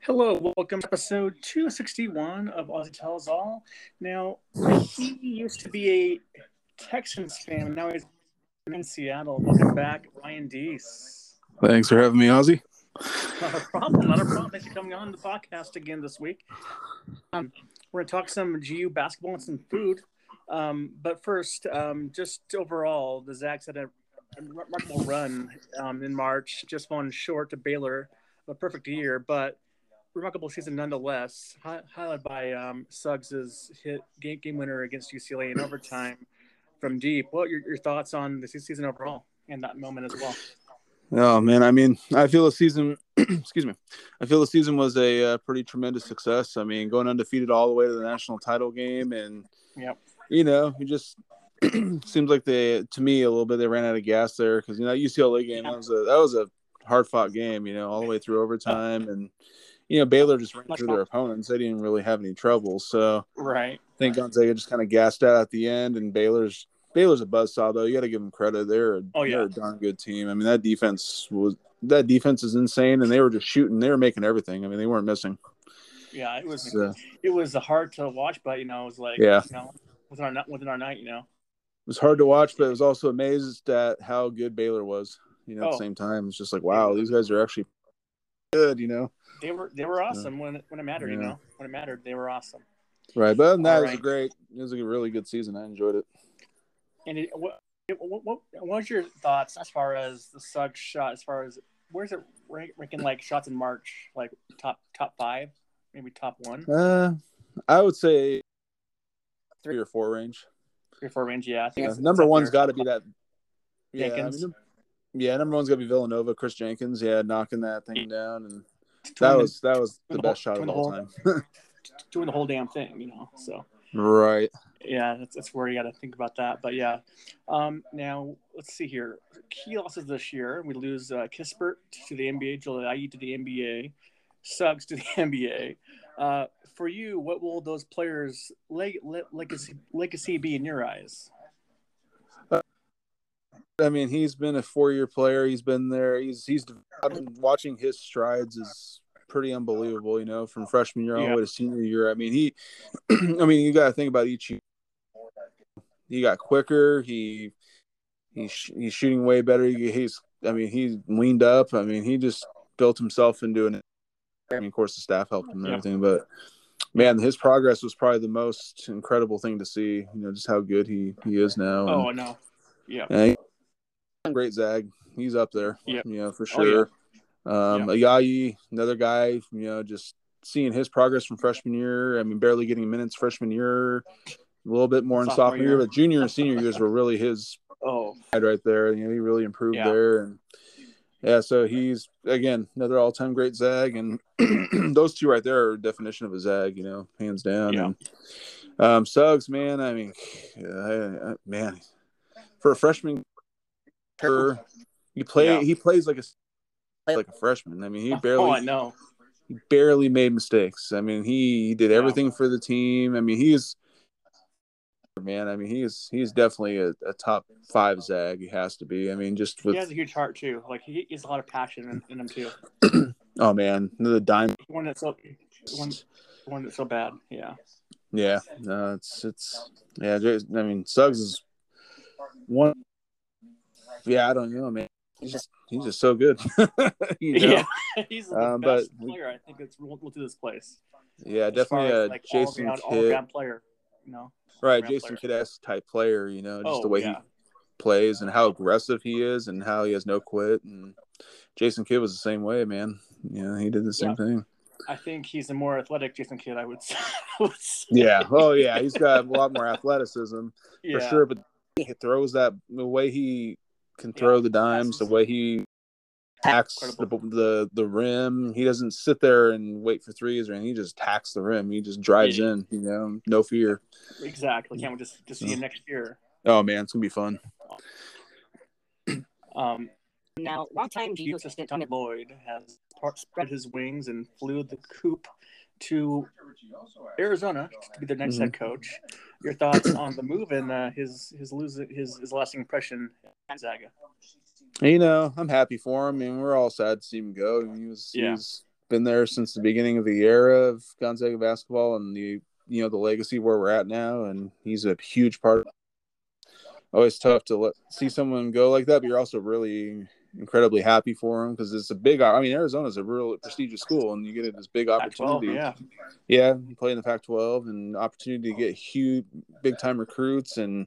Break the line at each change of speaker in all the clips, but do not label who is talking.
Hello, welcome to episode 261 of Aussie Tells All. Now, he used to be a Texans fan, and now he's in Seattle. Welcome back, Ryan Deese.
Thanks for having me, Ozzy.
Not a problem, not a problem. Thanks for coming on the podcast again this week. Um, we're going to talk some GU basketball and some food. Um, but first, um, just overall, the Zags had a a remarkable run um, in March, just one short to Baylor, a perfect year, but remarkable season nonetheless, hi- highlighted by um, Suggs's hit game, game winner against UCLA in overtime from deep. What are your, your thoughts on the se- season overall and that moment as well?
Oh man, I mean, I feel the season. excuse me. I feel the season was a uh, pretty tremendous success. I mean, going undefeated all the way to the national title game, and
Yep.
you know, it just seems like they, to me, a little bit they ran out of gas there because you know UCLA game that was a that was a hard fought game, you know, all the way through overtime, and you know Baylor just ran
Much
through
fun.
their opponents. They didn't really have any trouble, so.
Right.
I think Gonzaga just kind of gassed out at the end, and Baylor's Baylor's a buzzsaw though. You got to give them credit; they're a,
Oh, yeah.
they're a darn good team. I mean, that defense was that defense is insane, and they were just shooting. They were making everything. I mean, they weren't missing.
Yeah, it was
So, it
it was hard to watch, but you know, it was like
Yeah.
you know, within our night- within our night, you know.
was hard to watch, but I was also amazed at how good Baylor was. You know, at
Oh.
the same time, it's just like wow, these guys are actually good. You know,
They were they were awesome when it- when it mattered, you
Yeah.
know. When it mattered, they were awesome.
right? But other than that, it was a
Alright.
great. It was a really good season. I enjoyed it.
And it, what, what, what, what was your thoughts as far as the Suggs shot? As far as where's it rank- ranking like shots in March, like top top five, maybe top one,
Uh, I would say three or four range.
three or four range. Yeah, I think
Yeah,
it's- it's
number
up
one's
there.
got to be that. Yeah, I
Jenkins.
mean, yeah, number one's got to be Villanova. Chris Jenkins, yeah, knocking that thing down, and
Doing
that
the-
was that was the
the
best
whole-
shot of
doing
all
the
time.
doing the whole damn thing, you know. So
right.
yeah, that's, that's where you got to think about that. But yeah, um, now let's see here. Key losses this year: we lose uh, Kispert to the NBA, Jolai to the NBA, Suggs to the NBA. Uh, for you, what will those players' leg- le- legacy legacy be in your eyes?
I mean, he's been a four-year player. He's been there. He's he's. I've been watching his strides is pretty unbelievable. You know, from freshman year all
Yeah.
the way to senior year. I mean, he. I mean, you got to think about each. year. He got quicker. He he's he's shooting way better. He- He's. I mean, he leaned up. I mean, he just built himself into an. I mean, of course, the staff helped him and
Yeah.
everything, but man, his progress was probably the most incredible thing to see. You know, just how good he he is now. and-
Oh, I know. Yeah.
yeah, he's great Zag. He's up there.
Yep.
You know, for
Oh, yeah.
sure. Um Ayayi, another guy, you know, just seeing his progress from freshman year. I mean, barely getting minutes freshman year, a little bit more in
Sophomore
sophomore, year,
year.
but junior and senior years were really his
Oh,
ride right there. You know, he really improved
Yeah.
there. And yeah, so he's again another all time great Zag. And those two right there are definition of a Zag, you know, hands down.
Yeah.
And, um Suggs, man, I mean I, I, man for a freshman Sure. He play
Yeah.
he plays like a like a freshman. I mean, he
oh, I
barely
know.
barely made mistakes. I mean, he, he did
Yeah.
everything for the team. I mean, he's man. I mean, he's he's definitely a, a top five zag. He has to be. I mean, just with
He has a huge heart too. Like he he has a lot of passion in, in him too.
oh man, the dime.
He wanted it so he wanted, he wanted it so bad. Yeah.
Yeah, no, it's it's yeah. Just, I mean, Suggs is one. Yeah, I don't know, man. He's just he's just so good. you know?
Yeah. He's the
Um,
best
but-
player I think it's rolled through this place.
Yeah,
As far
definitely
as,
a
like,
Jason
all-around-
Kidd.
all-around player. You know.
Right,
Grand
Jason
player.
Kidd-esque type player, you know, just
Oh,
the way
yeah.
he plays and how aggressive he is and how he has no quit. And Jason Kidd was the same way, man. You know, he did the same
Yeah.
thing.
I think he's a more athletic Jason Kidd. I would say. I would say.
Yeah. Oh, yeah. He's got a lot more athleticism
Yeah.
for sure, but he throws that the way he can throw the dimes, the way he tacks the, the the rim. He doesn't sit there and wait for threes or anything. He just tacks the rim. He just drives
Yeah.
in, you know, no fear.
Exactly. Can't we just just see
Mm-hmm.
him next year?
Oh, man, it's going to be fun.
Um,
Now,
GU
longtime GU
assistant
assistant
Tommy
Tommy
Lloyd has part- spread his wings and flew the coop to Arizona to be the next head
Mm-hmm.
coach. Your thoughts on the move and uh, his his losing his, his lasting impression at Gonzaga?
you know, I'm happy for him. I mean, we're all sad to see him go. I mean, he was,
Yeah.
he's been there since the beginning of the era of Gonzaga basketball and the you know the legacy where we're at now, and he's a huge part. Of Always tough to let, see someone go like that, but you're also really incredibly happy for him because it's a big. I mean, Arizona's a real prestigious school, and you get this big opportunity.
yeah.
Yeah, play in the Pac-12 and opportunity to get huge, big-time recruits, and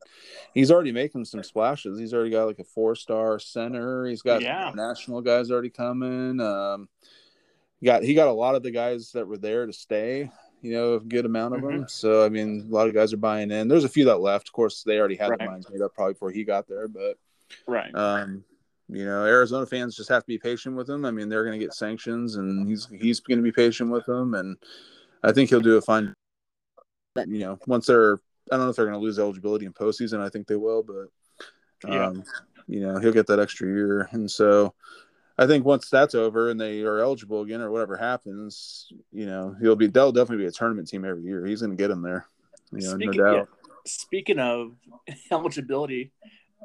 he's already making some splashes. He's already got like a four-star center. He's got
Yeah.
national guys already coming. Um, got he got a lot of the guys that were there to stay. You know, a good amount of
Mm-hmm.
them. So I mean, a lot of guys are buying in. There's a few that left. Of course, they already had their
Right.
minds made up probably before he got there, but
Right.
um, you know, Arizona fans just have to be patient with him. I mean, they're going to get sanctions, and he's he's going to be patient with them, and I think he'll do a fine. You know, once they're, I don't know if they're going to lose eligibility in postseason. I think they will, but
Yeah.
um, you know, he'll get that extra year, and so I think once that's over and they are eligible again or whatever happens, you know, he'll be they'll definitely be a tournament team every year. He's going to get him there. You know,
Speaking-
no doubt.
yeah. Speaking of eligibility,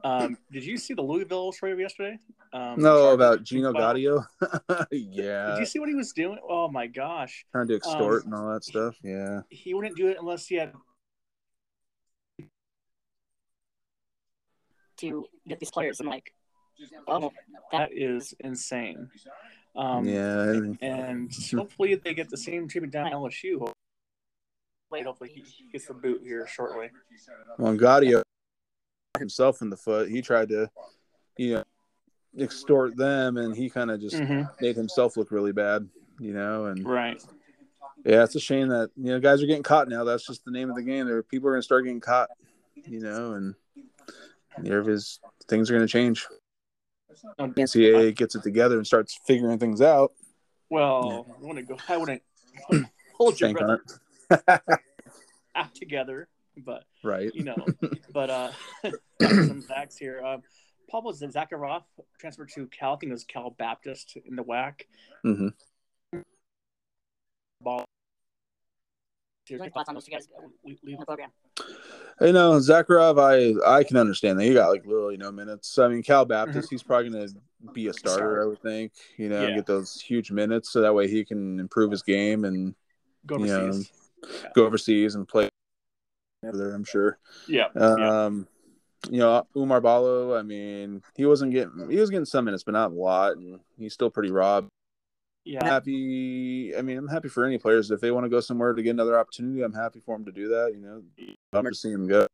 um, did you see the Louisville story of yesterday? Um,
No,
Chargers
about Gino
football?
Gaudio.
Did
yeah.
you see what he was doing? Oh my gosh,
trying to extort
Um,
and all that stuff. Yeah,
he wouldn't do it unless he had.
to get these players. I'm like, oh, that
That is insane. Um,
yeah. I mean,
And hopefully they get the same treatment down at LSU.
wait,
Hopefully he gets the boot here shortly.
Well, Gaudio himself in the foot. He tried to, you know, extort them, and he kind of just
Mhm.
made himself look really bad. You know, and
Right.
yeah, it's a shame that you know guys are getting caught now. That's just the name of the game. There, people are going to start getting caught. You know, and nervous things are going to change.
No,
NCAA gets it together and starts figuring things out.
Well, I want to go. I wouldn't hold your
Think on
breath
it.
out together, but
Right.
you know. but uh, got some facts here. Um, Pablo Zakharov transferred to Cal. I think it was Cal Baptist in the WAC.
hmm
Ball.
Your thoughts on those two guys?
We-
in
we-
the program.
You know, Zakharov, I I can understand that. He got like little, you know, minutes. I mean, Cal Baptist, he's probably going to be a starter, I would think. You know,
Mm-hmm. Yeah.
get those huge minutes so that way he can improve his game and
Go
Yeah.
overseas.
go overseas and play over there. I'm sure.
Yeah. yeah.
Um, you know, Umar Balo. I mean, he wasn't getting he was getting some minutes, but not a lot, and he's still pretty raw. I'm
Yeah.
happy. I mean, I'm happy for any players if they want to go somewhere to get another opportunity. I'm happy for him to do that. You know, love to see him go.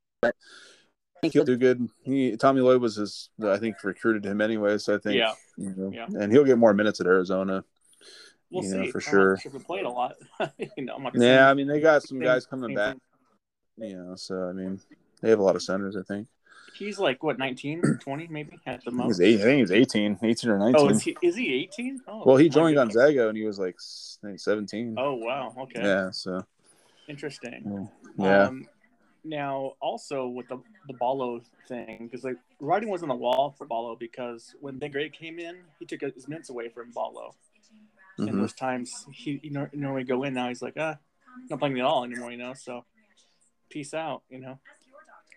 He'll do good. He Tommy Lloyd was his, I think, recruited him anyway. So I think,
Yeah.
you know,
Yeah.
and he'll get more minutes at Arizona.
We'll
you
see.
know, for
I'm not
sure.
If we played a lot, you know, I'm not gonna say
Yeah, I mean, they got some
same-
guys coming
same
back.
thing.
You know, so I mean, they have a lot of centers. I think
He's like what 19, 20 maybe at the
he's
most.
eight. I think he's 18, 18 or nineteen.
Oh, is he is he eighteen? Oh,
well, he
my
joined
goodness.
Gonzaga and he was like s- I think seventeen.
Oh wow. Okay.
Yeah, so
Interesting.
yeah,
Um, now, also with the the Balo thing, because like writing was on the wall for Balo because when Ben Gray came in, he took his minutes away from Balo. And
Mhm.
those times he you know normally go in, now he's like, ah, not playing at all anymore, you know. So peace out, you know.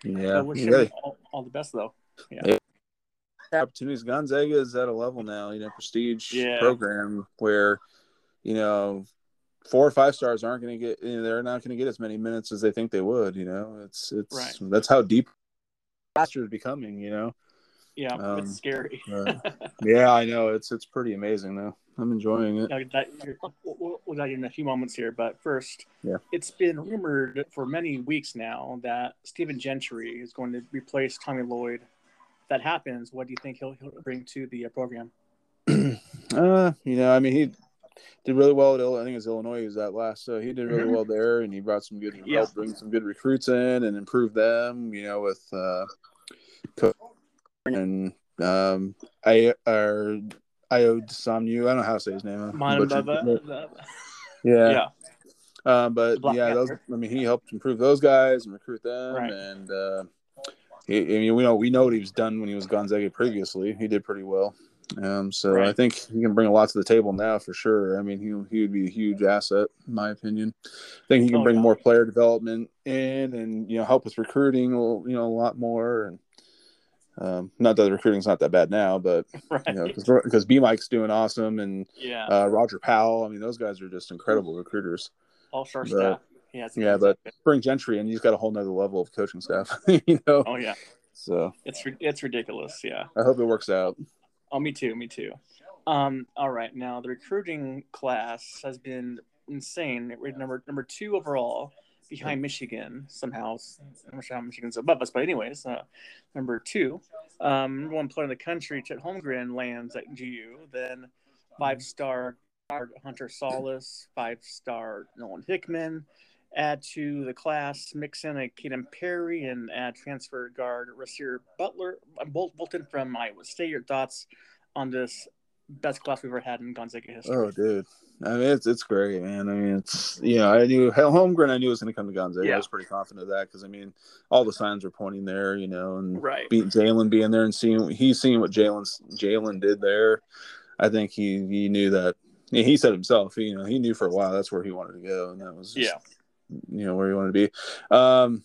yeah.
I wish
You gotta-
him all, all the best though.
opportunities. Gonzaga is at a level now, you know, prestige
Yeah.
program where, you know, four or five stars aren't going to get, you know, they're not going to get as many minutes as they think they would. You know, it's it's
Right.
that's how deep roster is becoming. You know,
Yeah,
Um,
it's scary.
Uh, yeah, I know it's it's pretty amazing though. I'm enjoying it.
Now, that, we'll, we'll- we'll dive in a few moments here, but first,
Yeah.
it's been rumored for many weeks now that Stephen Gentry is going to replace Tommy Lloyd. If that happens, what do you think he'll, he'll bring to the uh, program?
uh, you know, I mean, he did really well at Ill- I think it was Illinois. He was that last, so he did really
Mhm.
well there, and he brought some good
Yeah.
helped bring some good recruits in and improve them. You know, with uh, Co- and um, I are. I owed Somnu. I don't know how to say his name. I
Mine
butchered-
Bubba, the-
Yeah.
yeah,
Um, but
Black
yeah, those,
Panther.
I mean, he helped improve those guys and recruit them,
Right.
and uh, he, I mean, we know we know what he was done when he was Gonzaga previously. He did pretty well, um, so I
Right.
think he can bring a lot to the table now for sure. I mean, he he would be a huge asset in my opinion. I think he can
Oh,
bring
yeah.
more player development in, and you know, help with recruiting, a little- you know, a lot more, and Um, not that the recruiting's not that bad now, but
Right.
you know, because B Mike's doing awesome and
yeah.
uh, Roger Powell. I mean, those guys are just incredible recruiters.
All star
but-
staff. Yeah. it's-
Yeah, but bring Gentry and he's got a whole nother level of coaching staff, you know.
Oh yeah,
So
it's ri- it's ridiculous. Yeah.
I hope it works out.
Oh, me too. Me too. Um. All right. Now the recruiting class has been insane. We're number number two overall behind Michigan somehow. I'm not sure how Michigan's above us, but anyways, uh, number two, um, number one player in the country, Chet Holmgren lands at GU. Then five star Hunter Solis, five star Nolan Hickman. Add to the class, mix in a Kaden Perry and add transfer guard Rasir Butler, uh, Bol- Bolton from Iowa State. Your thoughts on this best class we've ever had in Gonzaga history?
Oh, dude. I mean, it's it's great, man. I mean, it's you know, I knew Hel- Holmgren. I knew was going to come to Gonzaga.
Yeah.
I was pretty confident of that because I mean, all the signs were pointing there, you know, and
Right.
beat Jalen being there and seeing he's seen what Jalen's Jalen did there. I think he he knew that. yeah, He said himself, you know, he knew for a while that's where he wanted to go, and that was just,
Yeah.
you know, where he wanted to be. Um,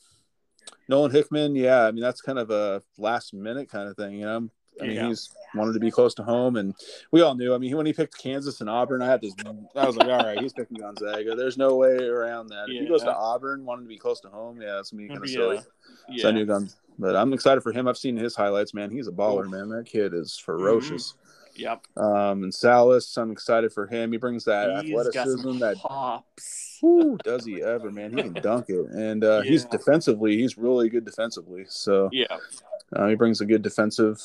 Nolan Hickman, yeah, I mean, that's kind of a last minute kind of thing, you know. I mean,
Yeah.
he's wanted to be close to home, and we all knew. I mean, when he picked Kansas and Auburn, I had this. I was like, all right, he's picking Gonzaga. There's no way around that. If he goes to
Yeah.
Auburn, wanting to be close to home, yeah, that's me kind of silly.
Yeah. Yeah.
So I knew Gonz- but I'm excited for him. I've seen his highlights, man. He's a baller,
Oof. Mm-hmm.
man. That kid is ferocious.
Yep.
Um, and Salas, I'm excited for him. He brings that
He's got
athleticism,
some
that
hops.
Whew, does he ever, man? He can dunk it, and uh, he's
Yeah.
defensively, he's really good defensively. So
Yeah.
uh, he brings a good defensive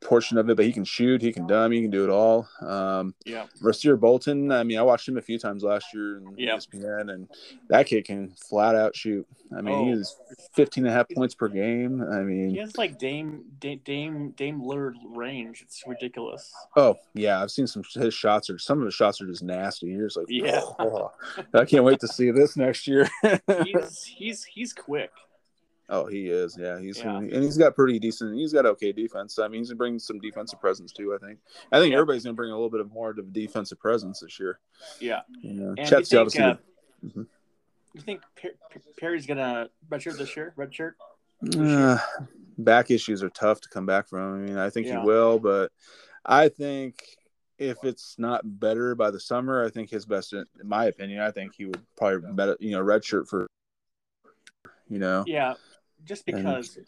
portion of it, but he can shoot, he can dime, he can do it all. Um,
Yeah.
Rasir Bolton, I mean, I watched him a few times last year in E
Yeah.
ESPN, and that kid can flat out shoot. I mean,
Oh.
he's 15 and a half points per game. I mean,
He has like Dame Dame Dame, Dame Lillard range. It's ridiculous.
oh yeah, I've seen some his shots are some of the shots are just nasty. You're just like,
Yeah.
"Whoa." I can't wait to see this next year.
He's he's he's quick.
Oh, he is. Yeah, he's
Yeah.
and he's got pretty decent. He's got okay defense. I mean, he's bringing some defensive presence too. I think. I think
Yeah.
everybody's going to bring a little bit of more of a defensive presence this year.
Yeah.
You know,
And
Chet's
you
got to
think, uh,
see. Mhm.
you think per- Per- Perry's gonna redshirt this year? Redshirt?
Uh, back issues are tough to come back from. I mean, I think
Yeah.
he will, but I think if it's not better by the summer, I think his best, in my opinion, I think he would probably better, you know, redshirt for, you know,
Yeah. Just
And-
because.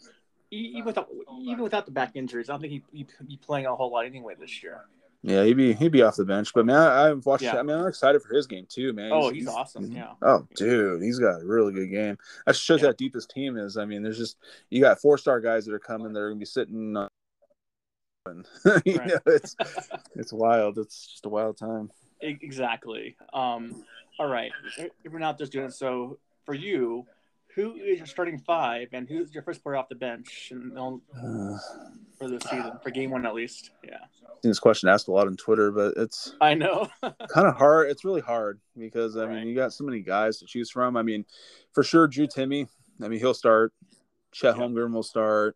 e- Even without, even without the back injuries, I don't think he he be playing a whole lot anyway this year.
yeah, he'd be he'd be off the bench. But man, I, I've watched.
Yeah.
I mean, I'm excited for his game too, man.
Oh, he's awesome. Yeah.
Oh, dude, he's got a really good game. That shows
Yeah.
how deep his team is. I mean, there's just you got four star guys that are coming that are gonna be sitting. On, you
Right.
know, it's it's wild. It's just a wild time.
E- Exactly. Um, all right. If we're not just doing it, so for you, who is your starting five, and who's your first player off the bench and on-
Uh,
for the season, for game one at least? Yeah,
this question asked a lot on Twitter, but it's
I know.
kind of hard. It's really hard because I
Right.
mean, you got so many guys to choose from. I mean, for sure, Drew Timmy. I mean, he'll start. Chet
Yeah.
Holmgren will start.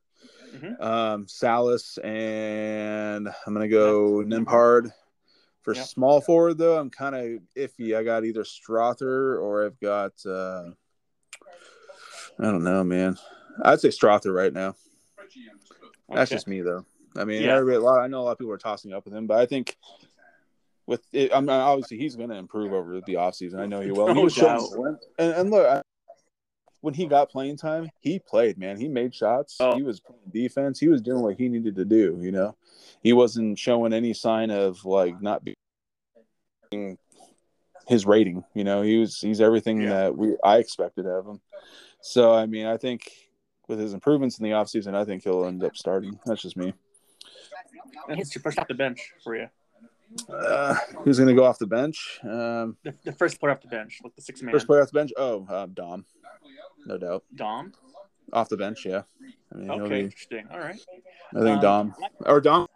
Mhm.
Um, Salas and I'm gonna go Nembhard. For
Yeah.
small forward though, I'm kind of iffy. I got either Strother or I've got uh, I don't know, man. I'd say Strother right now. That's
Okay.
just me though. I mean,
Yeah.
everybody, a lot, I know a lot of people are tossing up with him, but I think with it, I'm not- obviously he's going to improve over the offseason. I know he will. And, he
No
was showing-
doubt.
and, and look, I, when he got playing time, he played, man. He made shots.
Oh.
He was playing defense. He was doing what he needed to do, you know. He wasn't showing any sign of like not being his rating, you know. He was he's everything
Yeah.
that we I expected of him. So, I mean, I think with his improvements in the offseason, I think he'll end up starting. That's just me.
And who's your first off the bench for you?
Uh, who's going to go off the bench? Um,
The, the first player off the bench, like the six man.
First player off the bench? Oh, uh, Dom. No doubt.
Dom.
Off the bench, yeah. I mean, he'll
Okay,
be-
interesting. All right.
I think
Um,
Dom or Dom.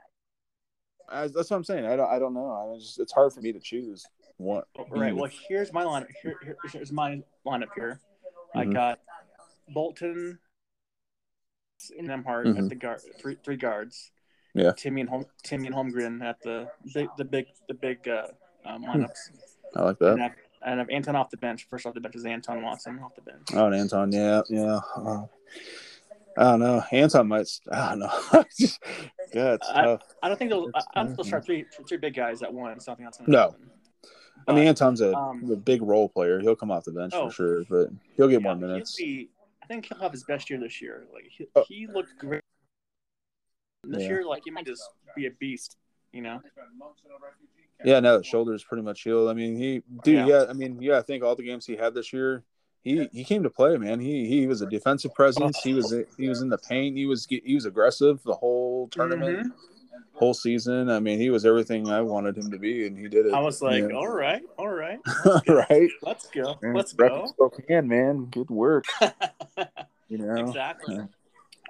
I, that's what I'm saying. I don't. I don't know. I just, it's hard for me to choose one.
All right. Well, here's my lineup. Here, here- here's my lineup here. I
Mhm.
got Bolton and Nemhart
Mhm.
at the guard, three, three guards.
Yeah.
Timmy and Hol- Timmy and Holmgren at the big, the big, the big uh,
Hmm.
um, lineups.
I like
And
that.
I've, and I've Anton off the bench. First off the bench is Anton Watson off the bench.
Oh, and Anton. Yeah, yeah. Uh, I don't know. Anton might. I don't know. Just- yeah, it's
I-
tough.
I don't think they'll. I, I don't think they'll
Mhm.
start three three big guys at once. I don't think that's gonna
No.
happen.
I mean, Anton's a,
um,
a big role player. He'll come off the bench
Oh.
for sure, but he'll get more
Yeah, he'll
minutes.
be- I think he'll have his best year this year. Like he,
Oh.
he looked great And this
Yeah.
year. Like he might just be a beast. You know.
Yeah, now that shoulder's pretty much healed. I mean, he, dude,
Yeah.
yeah. I mean, yeah, I think all the games he had this year, he he came to play, man. He he was a defensive presence. He was he was in the paint. He was he was aggressive the whole tournament,
Mm-hmm.
whole season. I mean, he was everything I wanted him to be, and he did it.
I was like,
Yeah.
all right, all right,
right?
let's go,
Man,
let's
rep
go.
Spokane, man. Good work. You know.
exactly.
Yeah.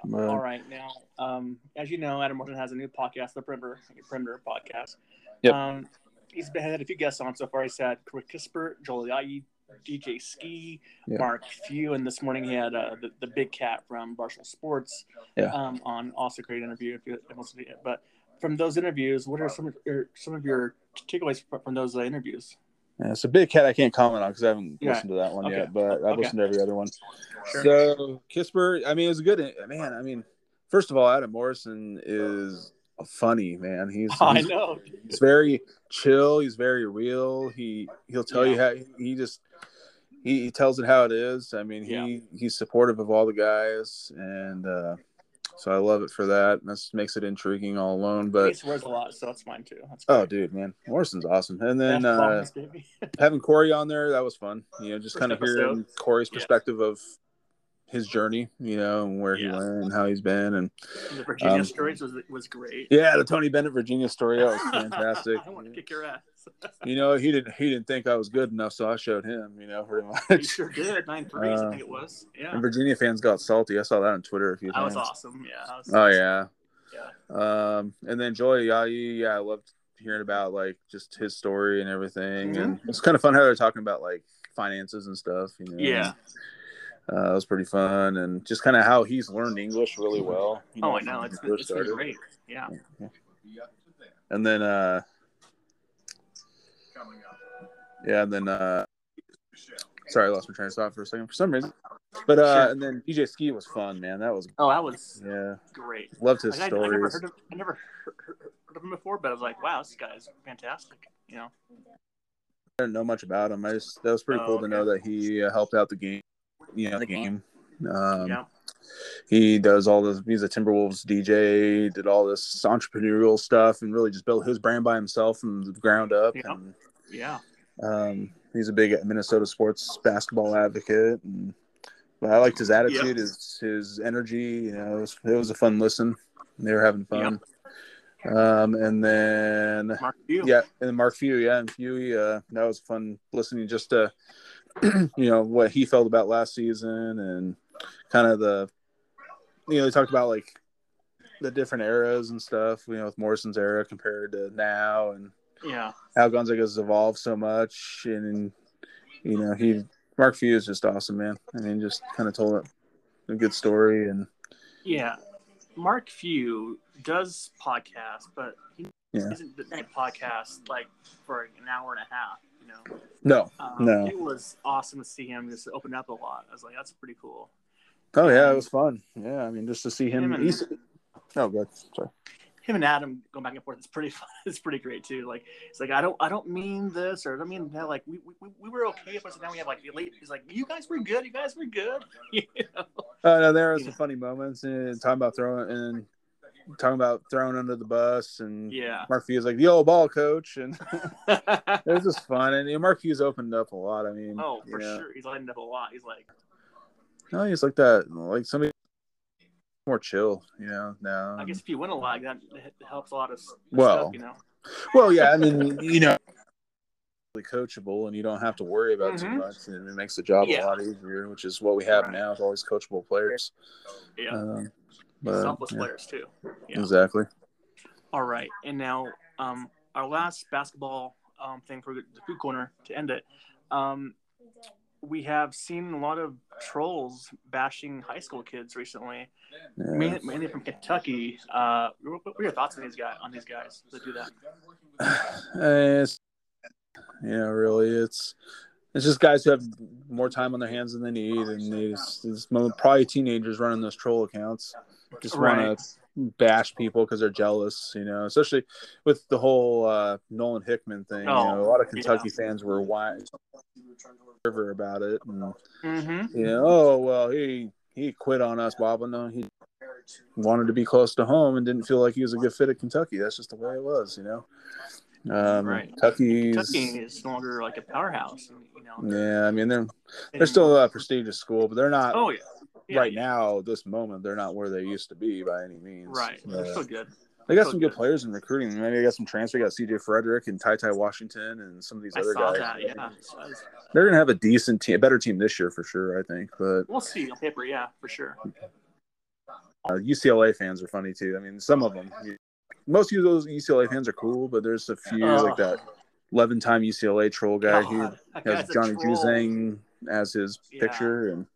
But-
All right, now, um, as you know, Adam Morton has a new podcast, the Perimeter, Perimeter Podcast.
Yep.
Um, he's been had a few guests on so far. He's had Corey Kisper, Joel Ayayi, DJ Ski,
Yeah.
Mark Few, and this morning he had uh, the, the Big Cat from Barstool Sports
Yeah.
um, on also great interview. If you almost it, but from those interviews, what are some of your some of your takeaways fr- from those uh, interviews?
Yeah, it's a big cat I can't comment on because I haven't
Yeah.
listened to that one
Okay.
yet, but I've
Okay.
listened to every other one.
Sure.
So Kisper, I mean, it was a good man. I mean, first of all, Adam Morrison is a funny man. He's
I
he's,
know.
he's very chill. He's very real. He he'll tell you how he just he, he tells it how it is. I mean, he
Yeah.
he's supportive of all the guys, and uh, so I love it for that. And That's makes it intriguing all alone. But
he swears a lot, so that's mine too. That's
oh,
great.
dude, man, Morrison's awesome. And then.
Basketball
Uh,
is baby.
having Corey on there, that was fun. You know, just
First
kind of
episode.
hearing Corey's
Yeah.
perspective of his journey, you know, and where he
Yeah.
went and how he's been. And
The Virginia
Um,
stories was was great.
yeah, the Tony Bennett Virginia story, that was fantastic.
I want to kick your ass.
you know, he didn't he didn't think I was good enough, so I showed him, you know, pretty
You
much.
sure did. Nine threes, I
Uh,
think it was. Yeah,
And Virginia fans got salty. I saw that on Twitter a few
that
times.
was awesome. Yeah. that was-
Oh yeah. Um and then Joy Yayi, yeah, I loved hearing about like just his story and everything. And
Mm-hmm.
it's kind of fun how they're talking about like finances and stuff, you know.
Yeah.
Uh, it was pretty fun, and just kind of how he's learned English really well. you
Oh, I
since
know.
he
It's been,
first
it's been
started.
great. Yeah.
And then, uh, yeah, and then, uh, sorry, I lost my train of thought for a second for some reason. But uh,
Sure.
and then DJ Ski was fun, man. That was
Oh, that was
yeah,
great.
loved his
Like, I, I never
stories.
heard of, I never heard, heard of him before, but I was like, wow, this guy's fantastic. You know.
I didn't know much about him. I just that was pretty
Oh,
cool
okay.
to know that he uh, helped out the game. You know, the game. Um,
yeah.
He does all this. He's a Timberwolves DJ. Did all this entrepreneurial stuff and really just built his brand by himself from the ground up.
Yeah.
And,
Yeah.
um, he's a big Minnesota sports basketball advocate. And, but I liked his attitude, his his energy. You know, it was, it was a fun listen. They were having fun. Um, and then
Mark you.
yeah, and then Mark Few, yeah, and Few, uh, that was fun listening just to, you know, what he felt about last season and kind of the, you know, they talked about like the different eras and stuff, you know, with Morrison's era compared to now and
Yeah.
how Gonzaga's evolved so much. And, you know, he, Mark Few is just awesome, man. I mean, just kind of told a, a good story and,
Yeah. Mark Few does podcasts, but he
Yeah.
isn't doing a podcast like for an hour and a half. You know.
no,
Um,
No.
It was awesome to see him just open up a lot. I was like, that's pretty cool.
oh, yeah, it was fun. Yeah, I mean, just to see him.
Him and-
he's- oh, good. Sorry.
Him and Adam going back and forth. It's pretty fun. It's pretty great too. Like it's like I don't I don't mean this or I don't mean that. Like we we, we were okay, but now we have like the elite. He's like, you guys were good. You guys were good. You know?
Oh no, there were
Yeah.
some funny moments and talking about throwing and talking about throwing under the bus and
Yeah.
Mark Few's like the old ball coach and
oh,
it was just fun and you know, Mark Few's opened up a lot. I mean,
Oh, for
yeah.
sure. He's lighting up a lot. He's like,
No, he's like that, like somebody more chill, you know. Now,
I guess if you win a lot, that that helps a lot of s-
Um, Well,
stuff. You know.
well, yeah, I mean, you know, really coachable and you don't have to worry about
Mhm.
too much and it makes the job
Yeah.
a lot easier, which is what we have
Right.
now is all these coachable players.
Yeah.
Um, but,
Selfless
yeah,
players too. yeah.
Exactly.
All right, and now um, our last basketball um, thing for the food corner to end it. Um, we have seen a lot of trolls bashing high school kids recently,
Yeah.
mainly, mainly from Kentucky. Uh, what what are your thoughts on these guys? On these guys that do that?
Uh, it's, you know, really, it's it's just guys who have more time on their hands than they need, and they just, it's probably teenagers running those troll accounts. Just want to bash people because they're jealous, you know. Especially with the whole uh, Nolan Hickman thing, you know, a lot of Kentucky fans were whining river about it, and
Mm-hmm.
you know, oh well, he he quit on us, Bob. No, he wanted to be close to home and didn't feel like he was a good fit at Kentucky. That's just the way it was, you know. Um,
Right.
Kentucky's,
Kentucky is no longer like a powerhouse. You know,
yeah, I mean they're Mm. they're still a prestigious school, but they're not
Oh yeah, Yeah,
right
yeah.
now, this moment, they're not where they used to be by any means.
Right,
Uh,
they're still good.
they got
still
some good
good.
players in recruiting. Maybe they got some transfer. They got C.J. Frederick and Ty Ty Washington and some of these
I
other
saw
guys.
that. Yeah, So I was-
They're gonna have a decent team, a better team this year for sure, I think. But
we'll see on paper. Yeah, for sure.
uh, UCLA fans are funny too. I mean, some of them. Most of those UCLA fans are cool, but there's a few
Oh.
like that 11-time UCLA troll guy who
God, Oh, that
has
guy's a
Johnny
troll.
Juzang as his
Yeah.
picture, and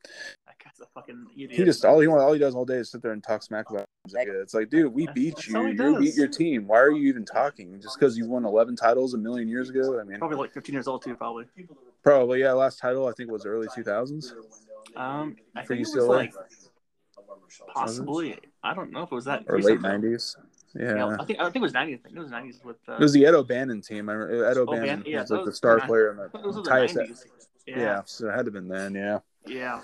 That guy's a fucking idiot.
he just all he want, all he does all day is sit there and talk smack about. It. It's like, dude, we
That's-
beat
that's
you.
all he
You beat
does.
your team. Why are you even talking? Just because you won 11 titles a million years ago? I mean,
probably like 15 years old too. Probably.
probably yeah. Last title I think was early 2000s.
Um, I
For
think it was
UCLA?
like possibly. I don't know if it was that
or late
recent, though.
nineties. Yeah.
Yeah, I think I think it was 90s. I think it was 90s with. Uh,
it was the Ed O'Bannon team. I remember Ed O'Bannon
O'Bannon, yeah,
was like the
those-
star
yeah.
player in the,
those are the
Tyus-
90s.
yeah.
Yeah.
so it had to have been then. Yeah,
Yeah.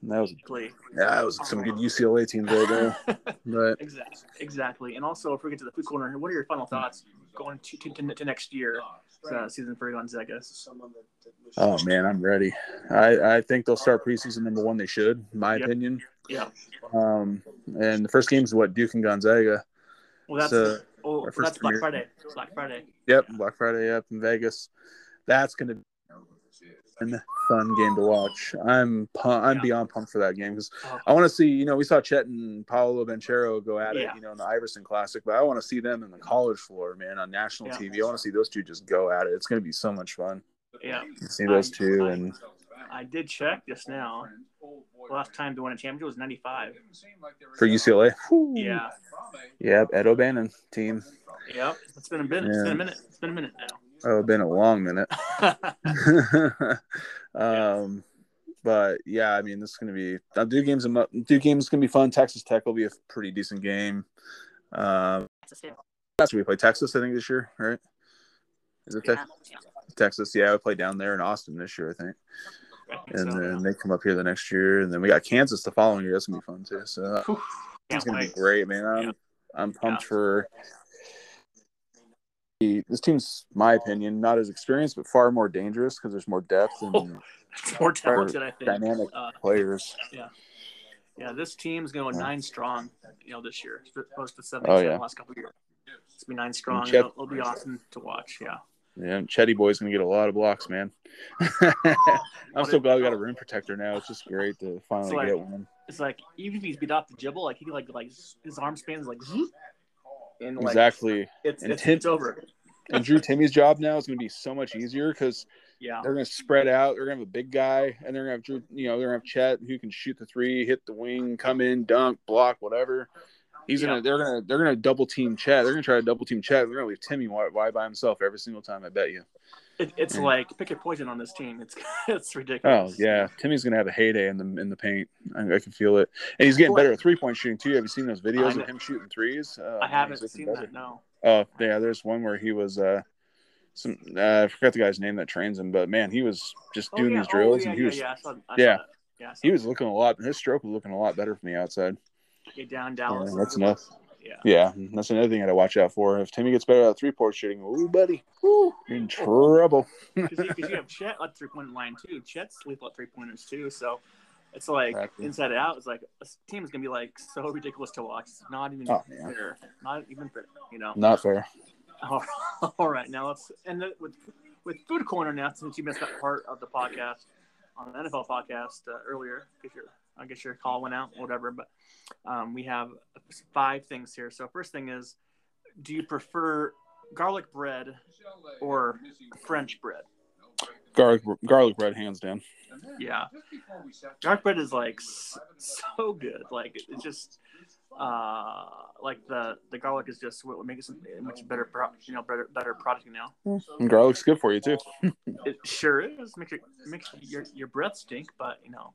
And that was
exactly.
yeah, that was some good UCLA teams right there. But
exactly. Exactly. And also, if we get to the food corner, what are your
Hmm.
final thoughts going to to, to, to next year uh, season for Gonzaga?
oh man, I'm ready. I I think they'll start preseason number one. They should, in my
Yep.
opinion.
Yeah.
Um, and the first game is what Duke and Gonzaga.
Well, that's
So,
oh,
our first
that's Black
premiere.
Friday. Black Friday.
Yep, Black Friday up in Vegas. That's gonna be a fun game to watch. I'm pump, I'm
Yeah.
beyond pumped for that game because
Oh,
I want to see. You know, we saw Chet and Paolo Banchero go at
Yeah.
it. You know, in the Iverson Classic, but I want to see them in the college floor, man, on national
Yeah.
TV. I want to see those two just go at it. It's gonna be so much fun.
yeah.
to See those
I-
two,
I-
and
I did check just now. The last time they won a championship was 95.
for UCLA. Whew.
Yeah.
Yep, Ed O'Bannon team.
Yep. It's been a minute. It's been a minute. It's been a minute
Oh, been a long minute.
now.
um, but yeah, I mean, this is gonna be uh, Duke games. am- Duke games gonna be fun. Texas Tech will be a pretty decent game. Um,
Texas too.
that's what we play Texas, I think, this year, right? Is it
Yeah.
Tex Texas? Yeah, we play down there in Austin this year, I think,
I think
and
so,
then
yeah.
they come up here the next year, and then we got Kansas the following year. That's gonna be fun too. So uh,
Whew.
it's
Can't
gonna be
wait.
great, man. I'm,
Yeah.
I'm pumped
Yeah.
for. This team's, my opinion, not as experienced, but far more dangerous because there's more depth and
Oh. It's more talented, I think.
dynamic
Uh,
players.
yeah, this team's going
Yeah.
nine strong, you know, this year, as opposed to seven
Oh,
oh,
yeah.
yeah. last couple of years. It's gonna be nine strong.
Chet-
It'll, it'll be awesome to watch. Yeah.
Yeah, and Chetty Boy's gonna get a lot of blocks, man. I'm so glad we got a rim protector now. It's just great to finally
It's like-
get one.
It's like even if he's beat off the dribble, like he like like his arm spans like zoop, and like
Exactly.
it's
And
it's,
hit-
it's over.
And Drew Timmy's job now is gonna be so much easier because
Yeah.
they're gonna spread out. They're gonna have a big guy, and they're gonna have Drew. You know, they're gonna have Chet who can shoot the three, hit the wing, come in, dunk, block, whatever. He's gonna.
Yeah.
They're gonna. They're gonna double team Chet. They're gonna try to double team Chet. They're gonna leave Timmy wide, wide by himself every single time. I bet you.
It, it's
Yeah.
like pick your poison on this team. It's it's
Oh
ridiculous.
yeah, Timmy's gonna have a heyday in the in the paint. I, I can feel it, and he's getting better at three point shooting too. Have you seen those videos
know.
of him shooting threes? Uh,
I haven't
he's
seen
looking better.
that. No.
Oh yeah, there's one where he was uh, some uh, I forgot the guy's name that trains him, but man, he was just doing
Oh, yeah.
these drills,
yeah,
and he
yeah,
was
yeah. I saw, I saw
yeah.
that. yeah. I saw
he was looking a lot. His stroke was looking a lot better from the outside. Mm-hmm.
that. Yeah, down
Yeah,
Dallas.
that's enough.
Yeah.
Yeah, that's another thing I gotta watch out for. If Timmy gets better at three point shooting, ooh buddy, ooh, you're in trouble.
because you, 'cause you have Chet at three point line too. Chet's lethal at three pointers too. So it's like
Exactly.
inside and out. It's like this team is gonna be like so ridiculous to watch. It's not even
Oh, man.
fair. Not even fair. You know.
Not fair.
All right, all right now let's end it with with food corner now since you missed that part of the podcast on the NFL podcast uh, earlier. If you're, I guess your call went out, whatever. But um, we have five things here. So first thing is, do you prefer garlic bread or French bread?
Garlic garlic bread, hands down.
Yeah. Dark bread is like s- so good. Like it's just uh, like the the garlic is just what would make it some, a much better, pro, you know, better better product. You know,
And garlic's good for you too.
it sure is makes your makes your your breath stink, but you know,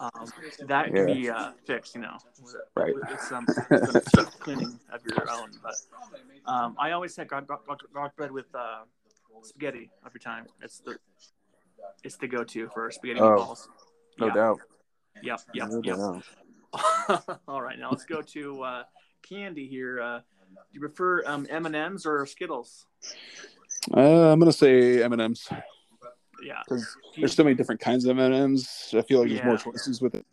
um, that can be uh, fixed. You know, with,
Right.
with, with some, some deep cleaning of your own. But um, I always had garlic, garlic, garlic bread with uh, spaghetti every time. It's the it's the go-to for spaghetti
Oh,
meatballs.
No
yeah,
doubt.
Yep, yep,
No
yep.
doubt.
All right, now let's go to uh, candy here. Uh, do you prefer um, M and M's or Skittles?
Uh, I'm gonna say M and M's
Yeah,
because there's so many different kinds of M and M's. I feel like there's more
Yeah.
choices with it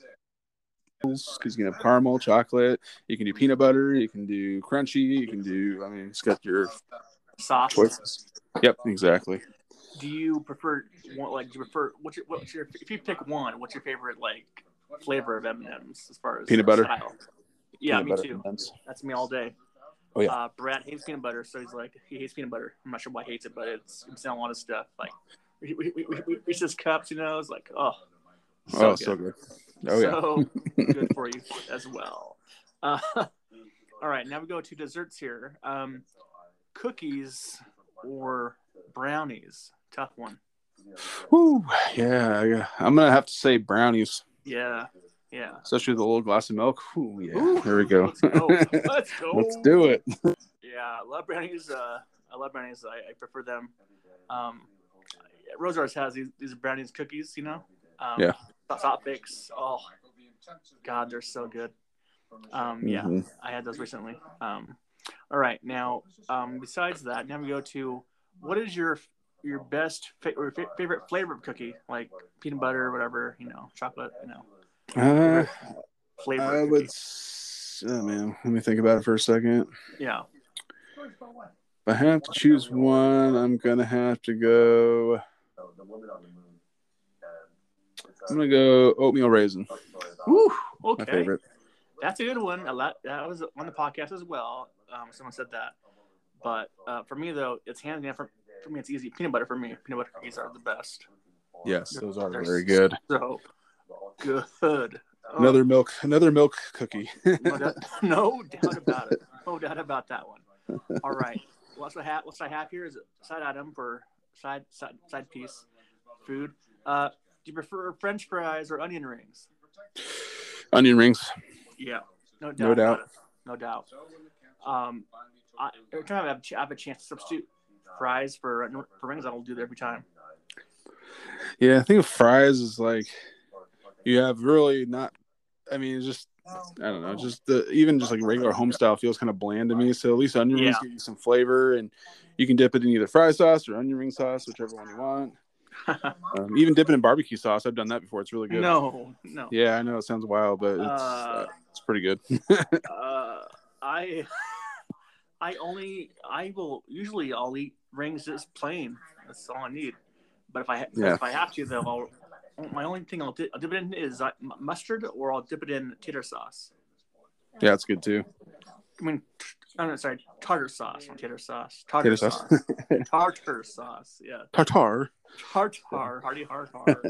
because you can have caramel, chocolate. You can do peanut butter. You can do crunchy. You can do. I mean, it's got your
sauce.
choices. Yep, exactly.
Do you prefer one, like? Do you prefer what's your, what's your if you pick one? What's your favorite like flavor of M and M's as far as
Peanut butter.
style? Yeah,
Peanut
me
butter
too.
M&Ms.
That's me all day.
Oh, yeah.
Uh, Brad hates peanut butter, so he's like he hates peanut butter. I'm not sure why he hates it, but it's it's not a lot of stuff. Like we we, we, we, we just cups, you know. It's like oh,
oh, so good. Oh yeah.
so good for you as well. Uh, all right, now we go to desserts here. Um, cookies or brownies? Tough one.
Woo. Yeah, yeah. I'm gonna have to say brownies,
Yeah, yeah.
especially with a little glass of milk. Ooh, yeah.
Ooh,
there we go.
Let's go. Let's go.
Let's do it.
Yeah, I love brownies. Uh, I love brownies. I, I prefer them. Um, Rose Arts has these, these brownies cookies, you know? Um,
Yeah.
Top Bakes. Oh, God, they're so good. Um, yeah,
Mhm.
I had those recently. Um, all right, now um, besides that, now we go to what is your your best fa- or fa- favorite flavor of cookie, like peanut butter, whatever, you know, chocolate, you know,
Uh,
flavor.
I
of
would.
cookie.
s- Oh man, let me think about it for a second.
Yeah.
If I have to choose one, I'm gonna have to go. I'm gonna go oatmeal raisin.
Woo,
My
okay.
favorite.
That's a good one. A lot that was on the podcast as well. Um, someone said that, but uh, for me though, it's hands down. For, for me, it's easy. Peanut butter for me. Peanut butter cookies are the best.
Yes, those are
There's-
very good.
So good. Oh,
Another milk, another milk cookie.
no, doubt, no doubt about it. No doubt about that one. All right. What's I have? What's I have here is a side item for side side side piece food. Uh, do you prefer French fries or onion rings?
Onion rings.
Yeah, no doubt.
No
about
doubt.
it. No doubt. Um, I, every time I have, I have a chance to substitute fries for uh, for rings, I'll do that every time.
Yeah, I think of fries is like you have really not. I mean, it's just I don't know, just the even just like regular home style feels kind of bland to me. So at least onion rings
Yeah.
give you some flavor, and you can dip it in either fry sauce or onion ring sauce, whichever one you want. Um, even dip it in barbecue sauce. I've done that before. It's really good.
no, no.
Yeah, I know it sounds wild, but it's
Uh,
uh, it's pretty good.
Uh, I I only I will usually I'll eat rings just plain. That's all I need. But if I ha-
Yeah.
if I have to though, I'll, my only thing I'll, di- I'll dip it in is uh, m- mustard or I'll dip it in tater sauce.
Yeah, it's good too.
I mean, t- I'm not- sorry, tartar sauce, not tater sauce. Tartar
Tater sauce.
sauce. tartar sauce. Yeah.
Tartar.
Tartar, Hardy Hartar.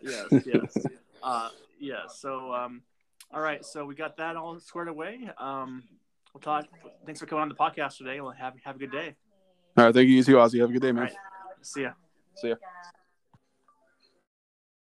yes, yes. Uh, yeah, so, um, all right, so we got that all squared away. Um, we'll talk. Thanks for coming on the podcast today. Well, have, have a good day.
All right, thank you, you too, Ozzy. Have a good day,
All
man.
right. See ya.
See ya.
Yeah.